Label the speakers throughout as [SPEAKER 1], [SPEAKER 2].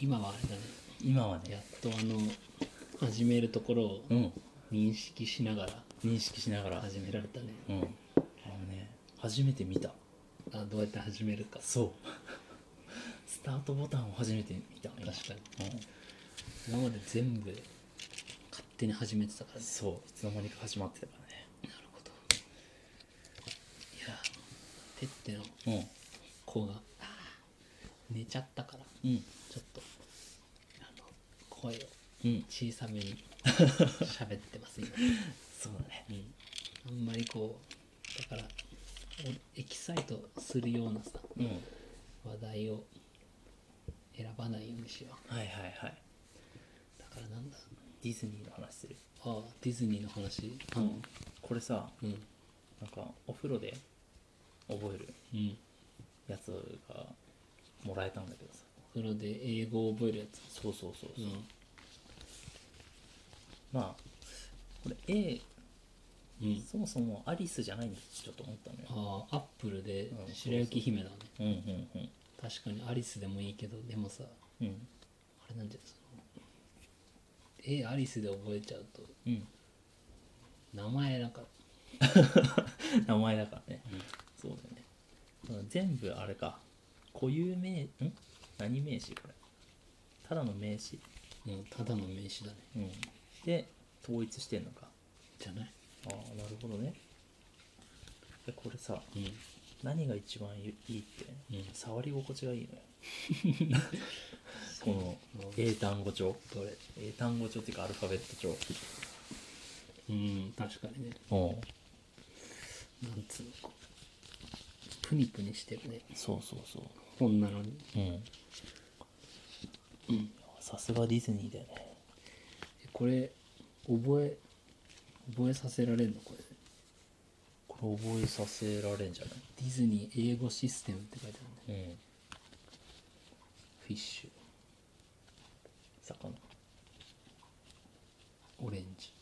[SPEAKER 1] 今はあれだね
[SPEAKER 2] 今は
[SPEAKER 1] や
[SPEAKER 2] ね
[SPEAKER 1] っとあの始めるところを
[SPEAKER 2] うん
[SPEAKER 1] 認識しながら
[SPEAKER 2] 認識しながら
[SPEAKER 1] 始められたね
[SPEAKER 2] うんあのね初めて見た
[SPEAKER 1] あどうやって始めるか
[SPEAKER 2] そう スタートボタンを初めて見た
[SPEAKER 1] 確かに
[SPEAKER 2] うん
[SPEAKER 1] 今まで全部勝手に始めてたからね
[SPEAKER 2] そういつの間にか始まってたか
[SPEAKER 1] なるほどいやてっての
[SPEAKER 2] らね
[SPEAKER 1] 子があー寝ちゃったから
[SPEAKER 2] うんうん
[SPEAKER 1] ちょっとあの声を
[SPEAKER 2] うん
[SPEAKER 1] 小さめに喋ってます今、
[SPEAKER 2] そうだね
[SPEAKER 1] うん、あんまりこうだからおエキサイトするようなさ
[SPEAKER 2] うん
[SPEAKER 1] 話題を選ばないようにしよ
[SPEAKER 2] はいはいはいう
[SPEAKER 1] だからなんだ
[SPEAKER 2] ディズニーの話する
[SPEAKER 1] ああディズニーの話
[SPEAKER 2] これさ
[SPEAKER 1] うん
[SPEAKER 2] なんかお風呂で覚える
[SPEAKER 1] うん
[SPEAKER 2] やつがもらえたんだけどさ
[SPEAKER 1] お風呂で英語を覚えるやつ
[SPEAKER 2] そうそうそう
[SPEAKER 1] う
[SPEAKER 2] そうんまあこれ A
[SPEAKER 1] うん
[SPEAKER 2] そもそもアリスじゃないんですちょっと思ったのよ
[SPEAKER 1] ああアップルで
[SPEAKER 2] うん
[SPEAKER 1] 白雪姫だね
[SPEAKER 2] うんうんうん
[SPEAKER 1] 確かにアリスでもいいけどでもさ
[SPEAKER 2] うん
[SPEAKER 1] あれなんじゃないそのえアリスで覚えちゃうと
[SPEAKER 2] うん
[SPEAKER 1] 名前なんか
[SPEAKER 2] 名前だからねそうだよねだから全部あれか固有名ん何名詞これただの名詞
[SPEAKER 1] うんただの名詞だね
[SPEAKER 2] うんで統一してんのか
[SPEAKER 1] じゃない
[SPEAKER 2] ああなるほどねでこれさ
[SPEAKER 1] うん
[SPEAKER 2] 何が一番いいって、
[SPEAKER 1] うん
[SPEAKER 2] 触り心地がいいのよ この
[SPEAKER 1] そう
[SPEAKER 2] 英単語帳
[SPEAKER 1] どれ
[SPEAKER 2] 英単語帳っていうかアルファベット帳
[SPEAKER 1] うん確かにね
[SPEAKER 2] うん
[SPEAKER 1] なんつうのこうプニプニしてるね
[SPEAKER 2] そうそうそう
[SPEAKER 1] 本なのに
[SPEAKER 2] うんさすがディズニーだよね
[SPEAKER 1] えこれ覚え覚えさせられるのこれ
[SPEAKER 2] これ覚えさせられんじゃな
[SPEAKER 1] ディズニー英語システムって書いてあるね
[SPEAKER 2] いうん
[SPEAKER 1] フィッシュ
[SPEAKER 2] 魚
[SPEAKER 1] オレンジ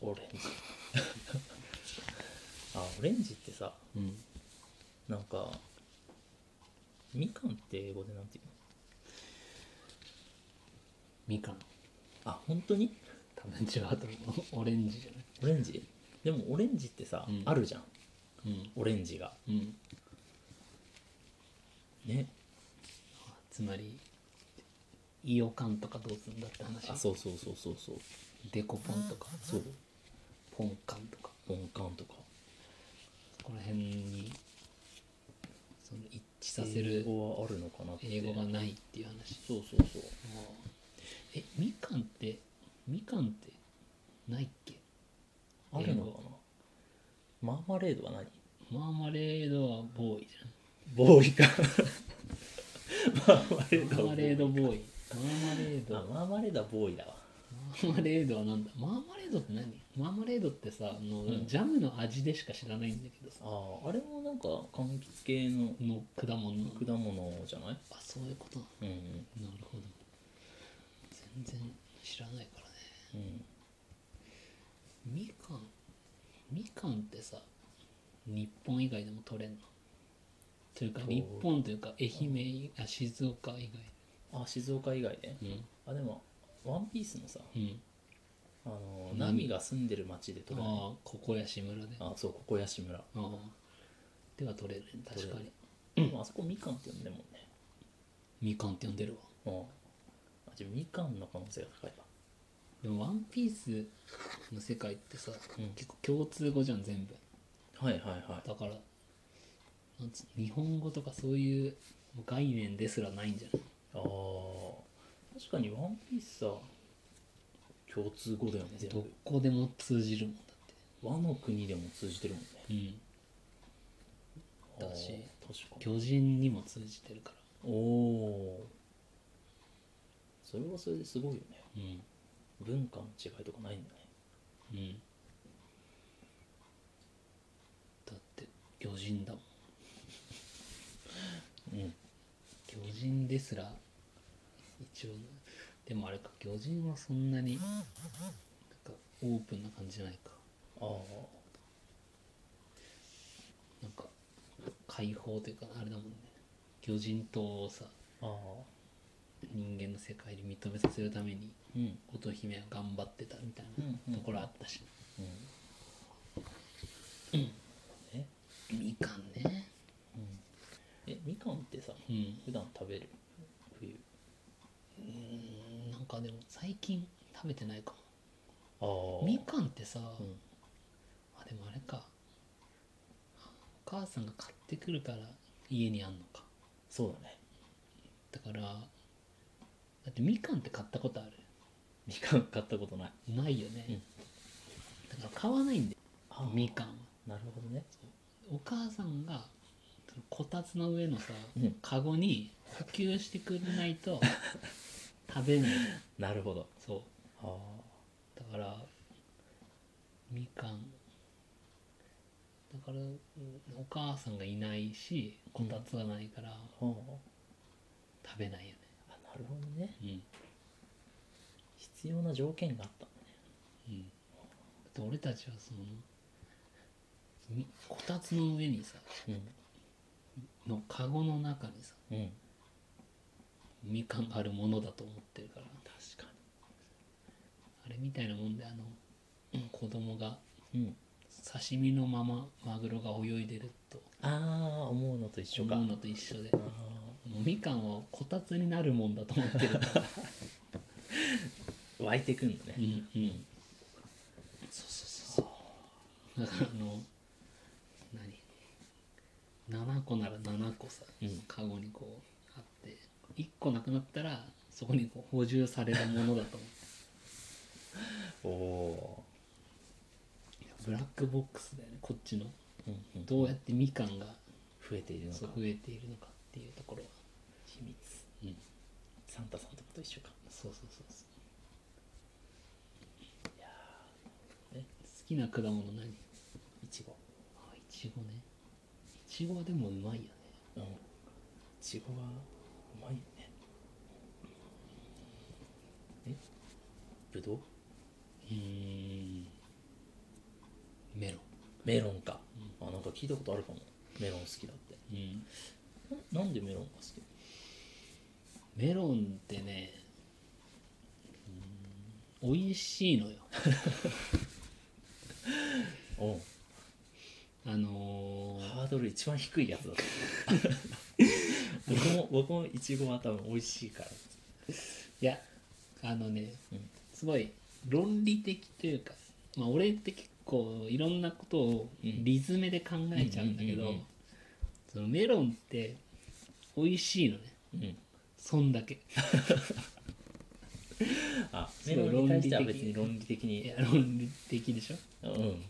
[SPEAKER 2] オレンジ あオレンジってさ
[SPEAKER 1] うん
[SPEAKER 2] なんかみかんって英語でなんて言う
[SPEAKER 1] みかん
[SPEAKER 2] のあ本当に
[SPEAKER 1] 多分違うと思うオレンジじゃない
[SPEAKER 2] オレンジでもオレンジってさ、
[SPEAKER 1] うん
[SPEAKER 2] あるじゃん
[SPEAKER 1] うん
[SPEAKER 2] オレンジが
[SPEAKER 1] うん
[SPEAKER 2] ね
[SPEAKER 1] つまりイオカンとかどうすんだって話
[SPEAKER 2] あそうそうそうそうそう
[SPEAKER 1] デコポンとか
[SPEAKER 2] そう
[SPEAKER 1] ポンカンとか
[SPEAKER 2] 音感とか
[SPEAKER 1] そこら辺にその一致させ
[SPEAKER 2] 英
[SPEAKER 1] る
[SPEAKER 2] 語はあるのかなって
[SPEAKER 1] 英語がないっていう話
[SPEAKER 2] そうそうそう
[SPEAKER 1] えみかんってみかんってないっけ
[SPEAKER 2] あるのかなマーマレードは何
[SPEAKER 1] マーマレードはボーイじ
[SPEAKER 2] ボーイか マーマレ
[SPEAKER 1] ゃん
[SPEAKER 2] ー
[SPEAKER 1] マ
[SPEAKER 2] ド
[SPEAKER 1] ー
[SPEAKER 2] は
[SPEAKER 1] マ
[SPEAKER 2] ボ
[SPEAKER 1] レ
[SPEAKER 2] ーイ
[SPEAKER 1] ードボーイマーマレード
[SPEAKER 2] あマーマレードはボーイだわ
[SPEAKER 1] マーマレードはなんだマーマレードって何マーマレードってさあの、
[SPEAKER 2] うん
[SPEAKER 1] ジャムの味でしか知らないんだけどさ
[SPEAKER 2] あああれもなんか柑橘系の
[SPEAKER 1] の果物の
[SPEAKER 2] 果物じゃない
[SPEAKER 1] あそういうことな
[SPEAKER 2] うん
[SPEAKER 1] のなるほど全然知らないからね
[SPEAKER 2] うん
[SPEAKER 1] みかんみかんってさ日本以外でも取れんのというか
[SPEAKER 2] どう
[SPEAKER 1] 日本というか愛媛以あ静岡以
[SPEAKER 2] あ静岡以外で
[SPEAKER 1] 外うん
[SPEAKER 2] あでもワンピースのさ
[SPEAKER 1] うん
[SPEAKER 2] あの
[SPEAKER 1] ナミ
[SPEAKER 2] ナミが住んでる町で取れない
[SPEAKER 1] ああここや志村であ
[SPEAKER 2] あそうここ屋島村、
[SPEAKER 1] あでは取れるね確か
[SPEAKER 2] 取れ
[SPEAKER 1] に
[SPEAKER 2] るでもあそこみかんって呼んでるもんね
[SPEAKER 1] みかんって呼んでるわ
[SPEAKER 2] うんあじゃあみかんの可能性が高いわ
[SPEAKER 1] でも「ワンピースの世界ってさ、
[SPEAKER 2] うん
[SPEAKER 1] 結構共通語じゃん全部
[SPEAKER 2] はいはいはい
[SPEAKER 1] だからなんつうの日本語とかそういう概念ですらないんじゃない
[SPEAKER 2] あー確かにワンピースさ共通語だよね全
[SPEAKER 1] ど
[SPEAKER 2] 部
[SPEAKER 1] こでも通じるもんだって
[SPEAKER 2] 和の国でも通じてるもんね
[SPEAKER 1] うん
[SPEAKER 2] あー
[SPEAKER 1] だし
[SPEAKER 2] 確かに
[SPEAKER 1] 巨人にも通じてるから
[SPEAKER 2] おおそれはそれですごいよね
[SPEAKER 1] うん
[SPEAKER 2] 文化の違いとかないんだね
[SPEAKER 1] うんだって巨人だもん
[SPEAKER 2] うん
[SPEAKER 1] 巨人ですら一応でもあれか巨人はそんなになんかオープンな感じじゃないか
[SPEAKER 2] ああ
[SPEAKER 1] なんか解放というかあれだもんね魚人島をさ
[SPEAKER 2] ああ
[SPEAKER 1] 人間の世界に認めさせるために
[SPEAKER 2] うん
[SPEAKER 1] 乙姫は頑張ってたみたい
[SPEAKER 2] うんうん
[SPEAKER 1] なところあったし、
[SPEAKER 2] うんえ
[SPEAKER 1] みかんね
[SPEAKER 2] えみかんってさ
[SPEAKER 1] うん
[SPEAKER 2] 普段食べる冬
[SPEAKER 1] うーんなんかでも最近食べてないか
[SPEAKER 2] あ
[SPEAKER 1] もみかんってさ、
[SPEAKER 2] うん
[SPEAKER 1] あでもあれかお母さんが買ってくるから家にあんのか
[SPEAKER 2] そうだね
[SPEAKER 1] だからだってみかんって買ったことある
[SPEAKER 2] みかん買ったことない
[SPEAKER 1] ないよね、
[SPEAKER 2] うん
[SPEAKER 1] だから買わないんだよみかんは
[SPEAKER 2] なるほどね
[SPEAKER 1] お母さんがそのこたつの上のさ、
[SPEAKER 2] うん
[SPEAKER 1] カゴに補給してくれない と食べない
[SPEAKER 2] なるほど
[SPEAKER 1] そう
[SPEAKER 2] ああ
[SPEAKER 1] だからみかんだからうんお母さんがいないしこたつがないから
[SPEAKER 2] ほ
[SPEAKER 1] 食べないよね
[SPEAKER 2] うあなるほどね
[SPEAKER 1] うん
[SPEAKER 2] 必要な条件があったのね
[SPEAKER 1] うんだって俺たちはそのみこたつの上にさのカゴの中にさ
[SPEAKER 2] うんうん
[SPEAKER 1] みかんがあるものだと思ってるから
[SPEAKER 2] 確か
[SPEAKER 1] あれみたいなもんであのうん子供が
[SPEAKER 2] にうん
[SPEAKER 1] 刺身のままマグロが泳いでると
[SPEAKER 2] ああ思うのと一緒か
[SPEAKER 1] 思うのと一緒で
[SPEAKER 2] ああ
[SPEAKER 1] もうみかんはこたつになるもんだと思ってるから
[SPEAKER 2] 湧いてくんだね
[SPEAKER 1] うんうんそうそうそうそうだからあの何7個なら7個さ、
[SPEAKER 2] うん
[SPEAKER 1] カゴにこうあって1個なくなったらそこにこう補充されるものだと思
[SPEAKER 2] おお
[SPEAKER 1] うブラックボックスだよねこっちの
[SPEAKER 2] ーうんうん
[SPEAKER 1] どうやってみかんが
[SPEAKER 2] 増えているの
[SPEAKER 1] そ
[SPEAKER 2] か
[SPEAKER 1] う増えているのかっていうところは、
[SPEAKER 2] 秘密
[SPEAKER 1] うん、
[SPEAKER 2] サンタさんとかと一緒か
[SPEAKER 1] そうそうそうそう
[SPEAKER 2] いや
[SPEAKER 1] 好きな果物何
[SPEAKER 2] いちご
[SPEAKER 1] あいちごねいちごはでもうまいよね
[SPEAKER 2] うんいちごはうまいよねえぶどう
[SPEAKER 1] うーんメロ
[SPEAKER 2] メロンか、あなんか聞いたことあるかもメロン好きだって
[SPEAKER 1] ン、うん、
[SPEAKER 2] ななんでメロンが好き
[SPEAKER 1] メロンってねうーん美味しいのよ
[SPEAKER 2] おう
[SPEAKER 1] あのー
[SPEAKER 2] ハードル一番低いやつ だと思う僕も僕もいちごは多分美味しいから
[SPEAKER 1] いやあのね
[SPEAKER 2] うん
[SPEAKER 1] すごい論理的というか、まあ、俺って結構いろんなことを
[SPEAKER 2] うん
[SPEAKER 1] リズムで考えちゃうんだけ
[SPEAKER 2] うんう
[SPEAKER 1] ど
[SPEAKER 2] んうんうん
[SPEAKER 1] そのメロンって美味しいのね
[SPEAKER 2] うん
[SPEAKER 1] そんだけ
[SPEAKER 2] あ
[SPEAKER 1] す
[SPEAKER 2] メ
[SPEAKER 1] ご
[SPEAKER 2] ロ
[SPEAKER 1] い
[SPEAKER 2] ンに対しては
[SPEAKER 1] 論理
[SPEAKER 2] 別
[SPEAKER 1] 的
[SPEAKER 2] に論理的
[SPEAKER 1] い
[SPEAKER 2] に
[SPEAKER 1] や論理的でしょ
[SPEAKER 2] うん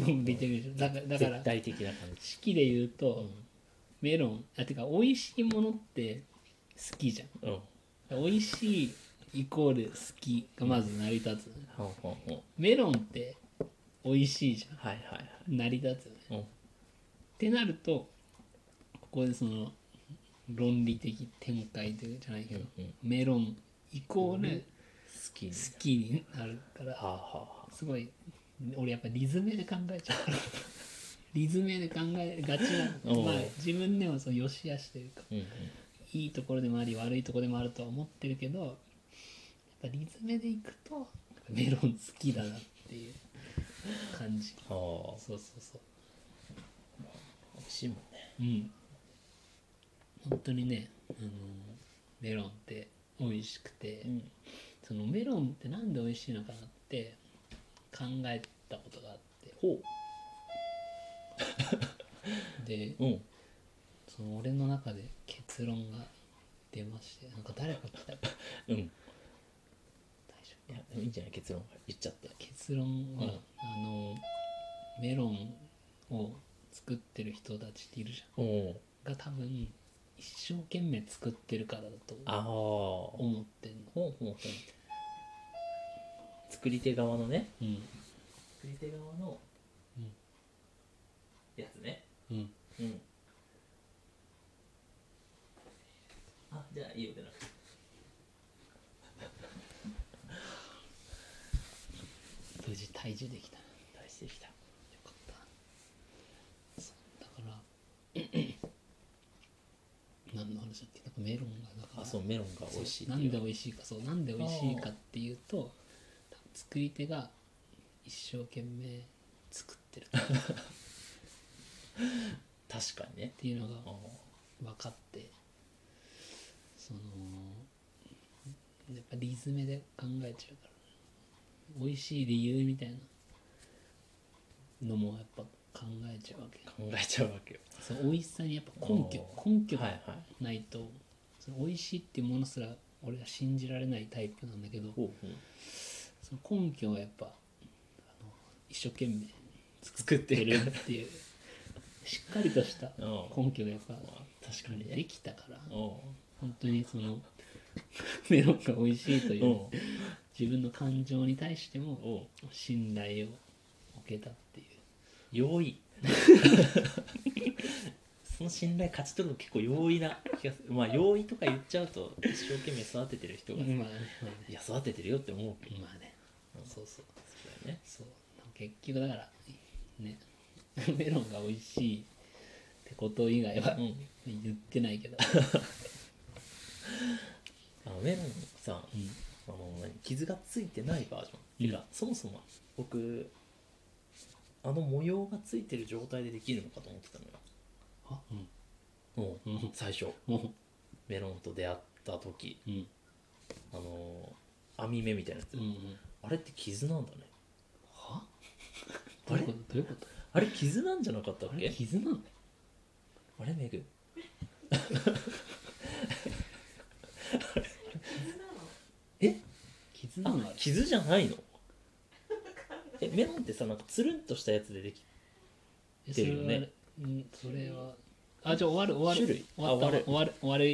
[SPEAKER 1] 論理的でしょだからだから
[SPEAKER 2] 絶対的な感じ
[SPEAKER 1] 式で言うと、メロンあてか美味しいものって好きじゃん
[SPEAKER 2] うん
[SPEAKER 1] 美味しいイコール好きがまず成り立つ、
[SPEAKER 2] ほうほうほう
[SPEAKER 1] メロンって美味しいじ
[SPEAKER 2] はいはいはい
[SPEAKER 1] ゃん成り立つよね
[SPEAKER 2] うん
[SPEAKER 1] ってなるとここでその論理的展開というじゃないけど、
[SPEAKER 2] うんうん
[SPEAKER 1] メロンイコール
[SPEAKER 2] 好きに
[SPEAKER 1] 好きになるから、
[SPEAKER 2] はあはあは
[SPEAKER 1] すごい俺やっぱリズムで考えちゃうから リズムで考えがちな
[SPEAKER 2] おう
[SPEAKER 1] まあ自分でもその良し悪しというか
[SPEAKER 2] うんうん
[SPEAKER 1] いいところでもあり悪いところでもあるとは思ってるけどやっぱリズムでいくとメロン好きだなっていう感じ
[SPEAKER 2] はあ
[SPEAKER 1] そうそうそう
[SPEAKER 2] 美味しいもんね
[SPEAKER 1] うん本当にね、あのメロンって美味しくて、
[SPEAKER 2] ん
[SPEAKER 1] そのメロンってなんで美味しいのかなって考えたことがあって
[SPEAKER 2] ほ
[SPEAKER 1] で
[SPEAKER 2] ううん
[SPEAKER 1] その俺の中で結論が出ましてなんか誰か来た大丈
[SPEAKER 2] う
[SPEAKER 1] 夫
[SPEAKER 2] んいやでもいいんじゃない結論言っちゃって
[SPEAKER 1] 結論は、あ
[SPEAKER 2] うん
[SPEAKER 1] のメロンを作ってる人たちっているじ
[SPEAKER 2] おお
[SPEAKER 1] ゃんが多分一生懸命作ってるからだと
[SPEAKER 2] ああほう
[SPEAKER 1] 思ってんの
[SPEAKER 2] ほうほう作り手側のね
[SPEAKER 1] うん
[SPEAKER 2] 作り手側の
[SPEAKER 1] うん
[SPEAKER 2] やつね
[SPEAKER 1] うん
[SPEAKER 2] うんあじゃあいいよ出なくて
[SPEAKER 1] 無事退治できたよ
[SPEAKER 2] 大してきた
[SPEAKER 1] か ったそうだから何の話でしたっけなんかメロンがだから
[SPEAKER 2] あそうメロンが美味しい
[SPEAKER 1] な
[SPEAKER 2] ってい
[SPEAKER 1] ん
[SPEAKER 2] う
[SPEAKER 1] で美味しいかそうなんで美味しいかっていうと多分作り手が一生懸命作ってるっ
[SPEAKER 2] 確かにね
[SPEAKER 1] ていうのが
[SPEAKER 2] あ
[SPEAKER 1] 分かってそのやっぱリズムで考えちゃうから美味しい理由みたいなのもやっぱ考えちゃうわけ
[SPEAKER 2] ー考えちゃうわけよ
[SPEAKER 1] その美味しさにやっぱ根拠
[SPEAKER 2] お
[SPEAKER 1] 根拠
[SPEAKER 2] は
[SPEAKER 1] が
[SPEAKER 2] いはい
[SPEAKER 1] ないと、その美味しいっていうものすら俺は信じられないタイプなんだけど
[SPEAKER 2] ほうほう
[SPEAKER 1] その根拠はやっぱあの一生懸命
[SPEAKER 2] 作っ
[SPEAKER 1] 出
[SPEAKER 2] て
[SPEAKER 1] る
[SPEAKER 2] る
[SPEAKER 1] って いうしっかりとした
[SPEAKER 2] うん
[SPEAKER 1] 根拠がやっぱ
[SPEAKER 2] まあ確かに
[SPEAKER 1] で
[SPEAKER 2] ね
[SPEAKER 1] きたから
[SPEAKER 2] うん
[SPEAKER 1] 本当にその メロンが美味しいといううん自分の感情に対しても
[SPEAKER 2] お
[SPEAKER 1] 信頼を受けたっていう
[SPEAKER 2] 容 易その信頼勝ち取るの結構容易な気がするまあ容易とか言っちゃうと一生懸命育ててる人が、い
[SPEAKER 1] まあねまあね
[SPEAKER 2] や育ててるよって思うけど
[SPEAKER 1] まあねそうそう
[SPEAKER 2] そうだよね
[SPEAKER 1] そう結局だからね メロンが美味しいってこと以外は
[SPEAKER 2] うん
[SPEAKER 1] 言ってないけど、
[SPEAKER 2] あのメロンさ
[SPEAKER 1] うん
[SPEAKER 2] あの何傷がついてないバージョンていうか、
[SPEAKER 1] うん
[SPEAKER 2] そもそも僕あの模様がついてる状態でできるのかと思ってたのよ
[SPEAKER 1] あうん
[SPEAKER 2] もう、
[SPEAKER 1] うん
[SPEAKER 2] 最初
[SPEAKER 1] も
[SPEAKER 2] メロンと出会った時
[SPEAKER 1] ううん
[SPEAKER 2] あの網目みたいなやつ、
[SPEAKER 1] うんうん
[SPEAKER 2] あれって傷なんだね
[SPEAKER 1] は
[SPEAKER 2] あ
[SPEAKER 1] どうい
[SPEAKER 2] れ
[SPEAKER 1] うことどういうこと
[SPEAKER 2] あれ傷なんじゃなかったっ
[SPEAKER 1] あれ
[SPEAKER 2] け
[SPEAKER 1] 傷なの
[SPEAKER 2] あれメグえ
[SPEAKER 1] 傷な
[SPEAKER 2] あ
[SPEAKER 1] のあれ
[SPEAKER 2] 傷じゃないのえメロンってさなんかつるんとしたやつででき
[SPEAKER 1] え
[SPEAKER 2] てるよね
[SPEAKER 1] それはうんそれはあじゃあ終わる終わる
[SPEAKER 2] 種類
[SPEAKER 1] 終わった
[SPEAKER 2] あ終わる
[SPEAKER 1] 終わる終わる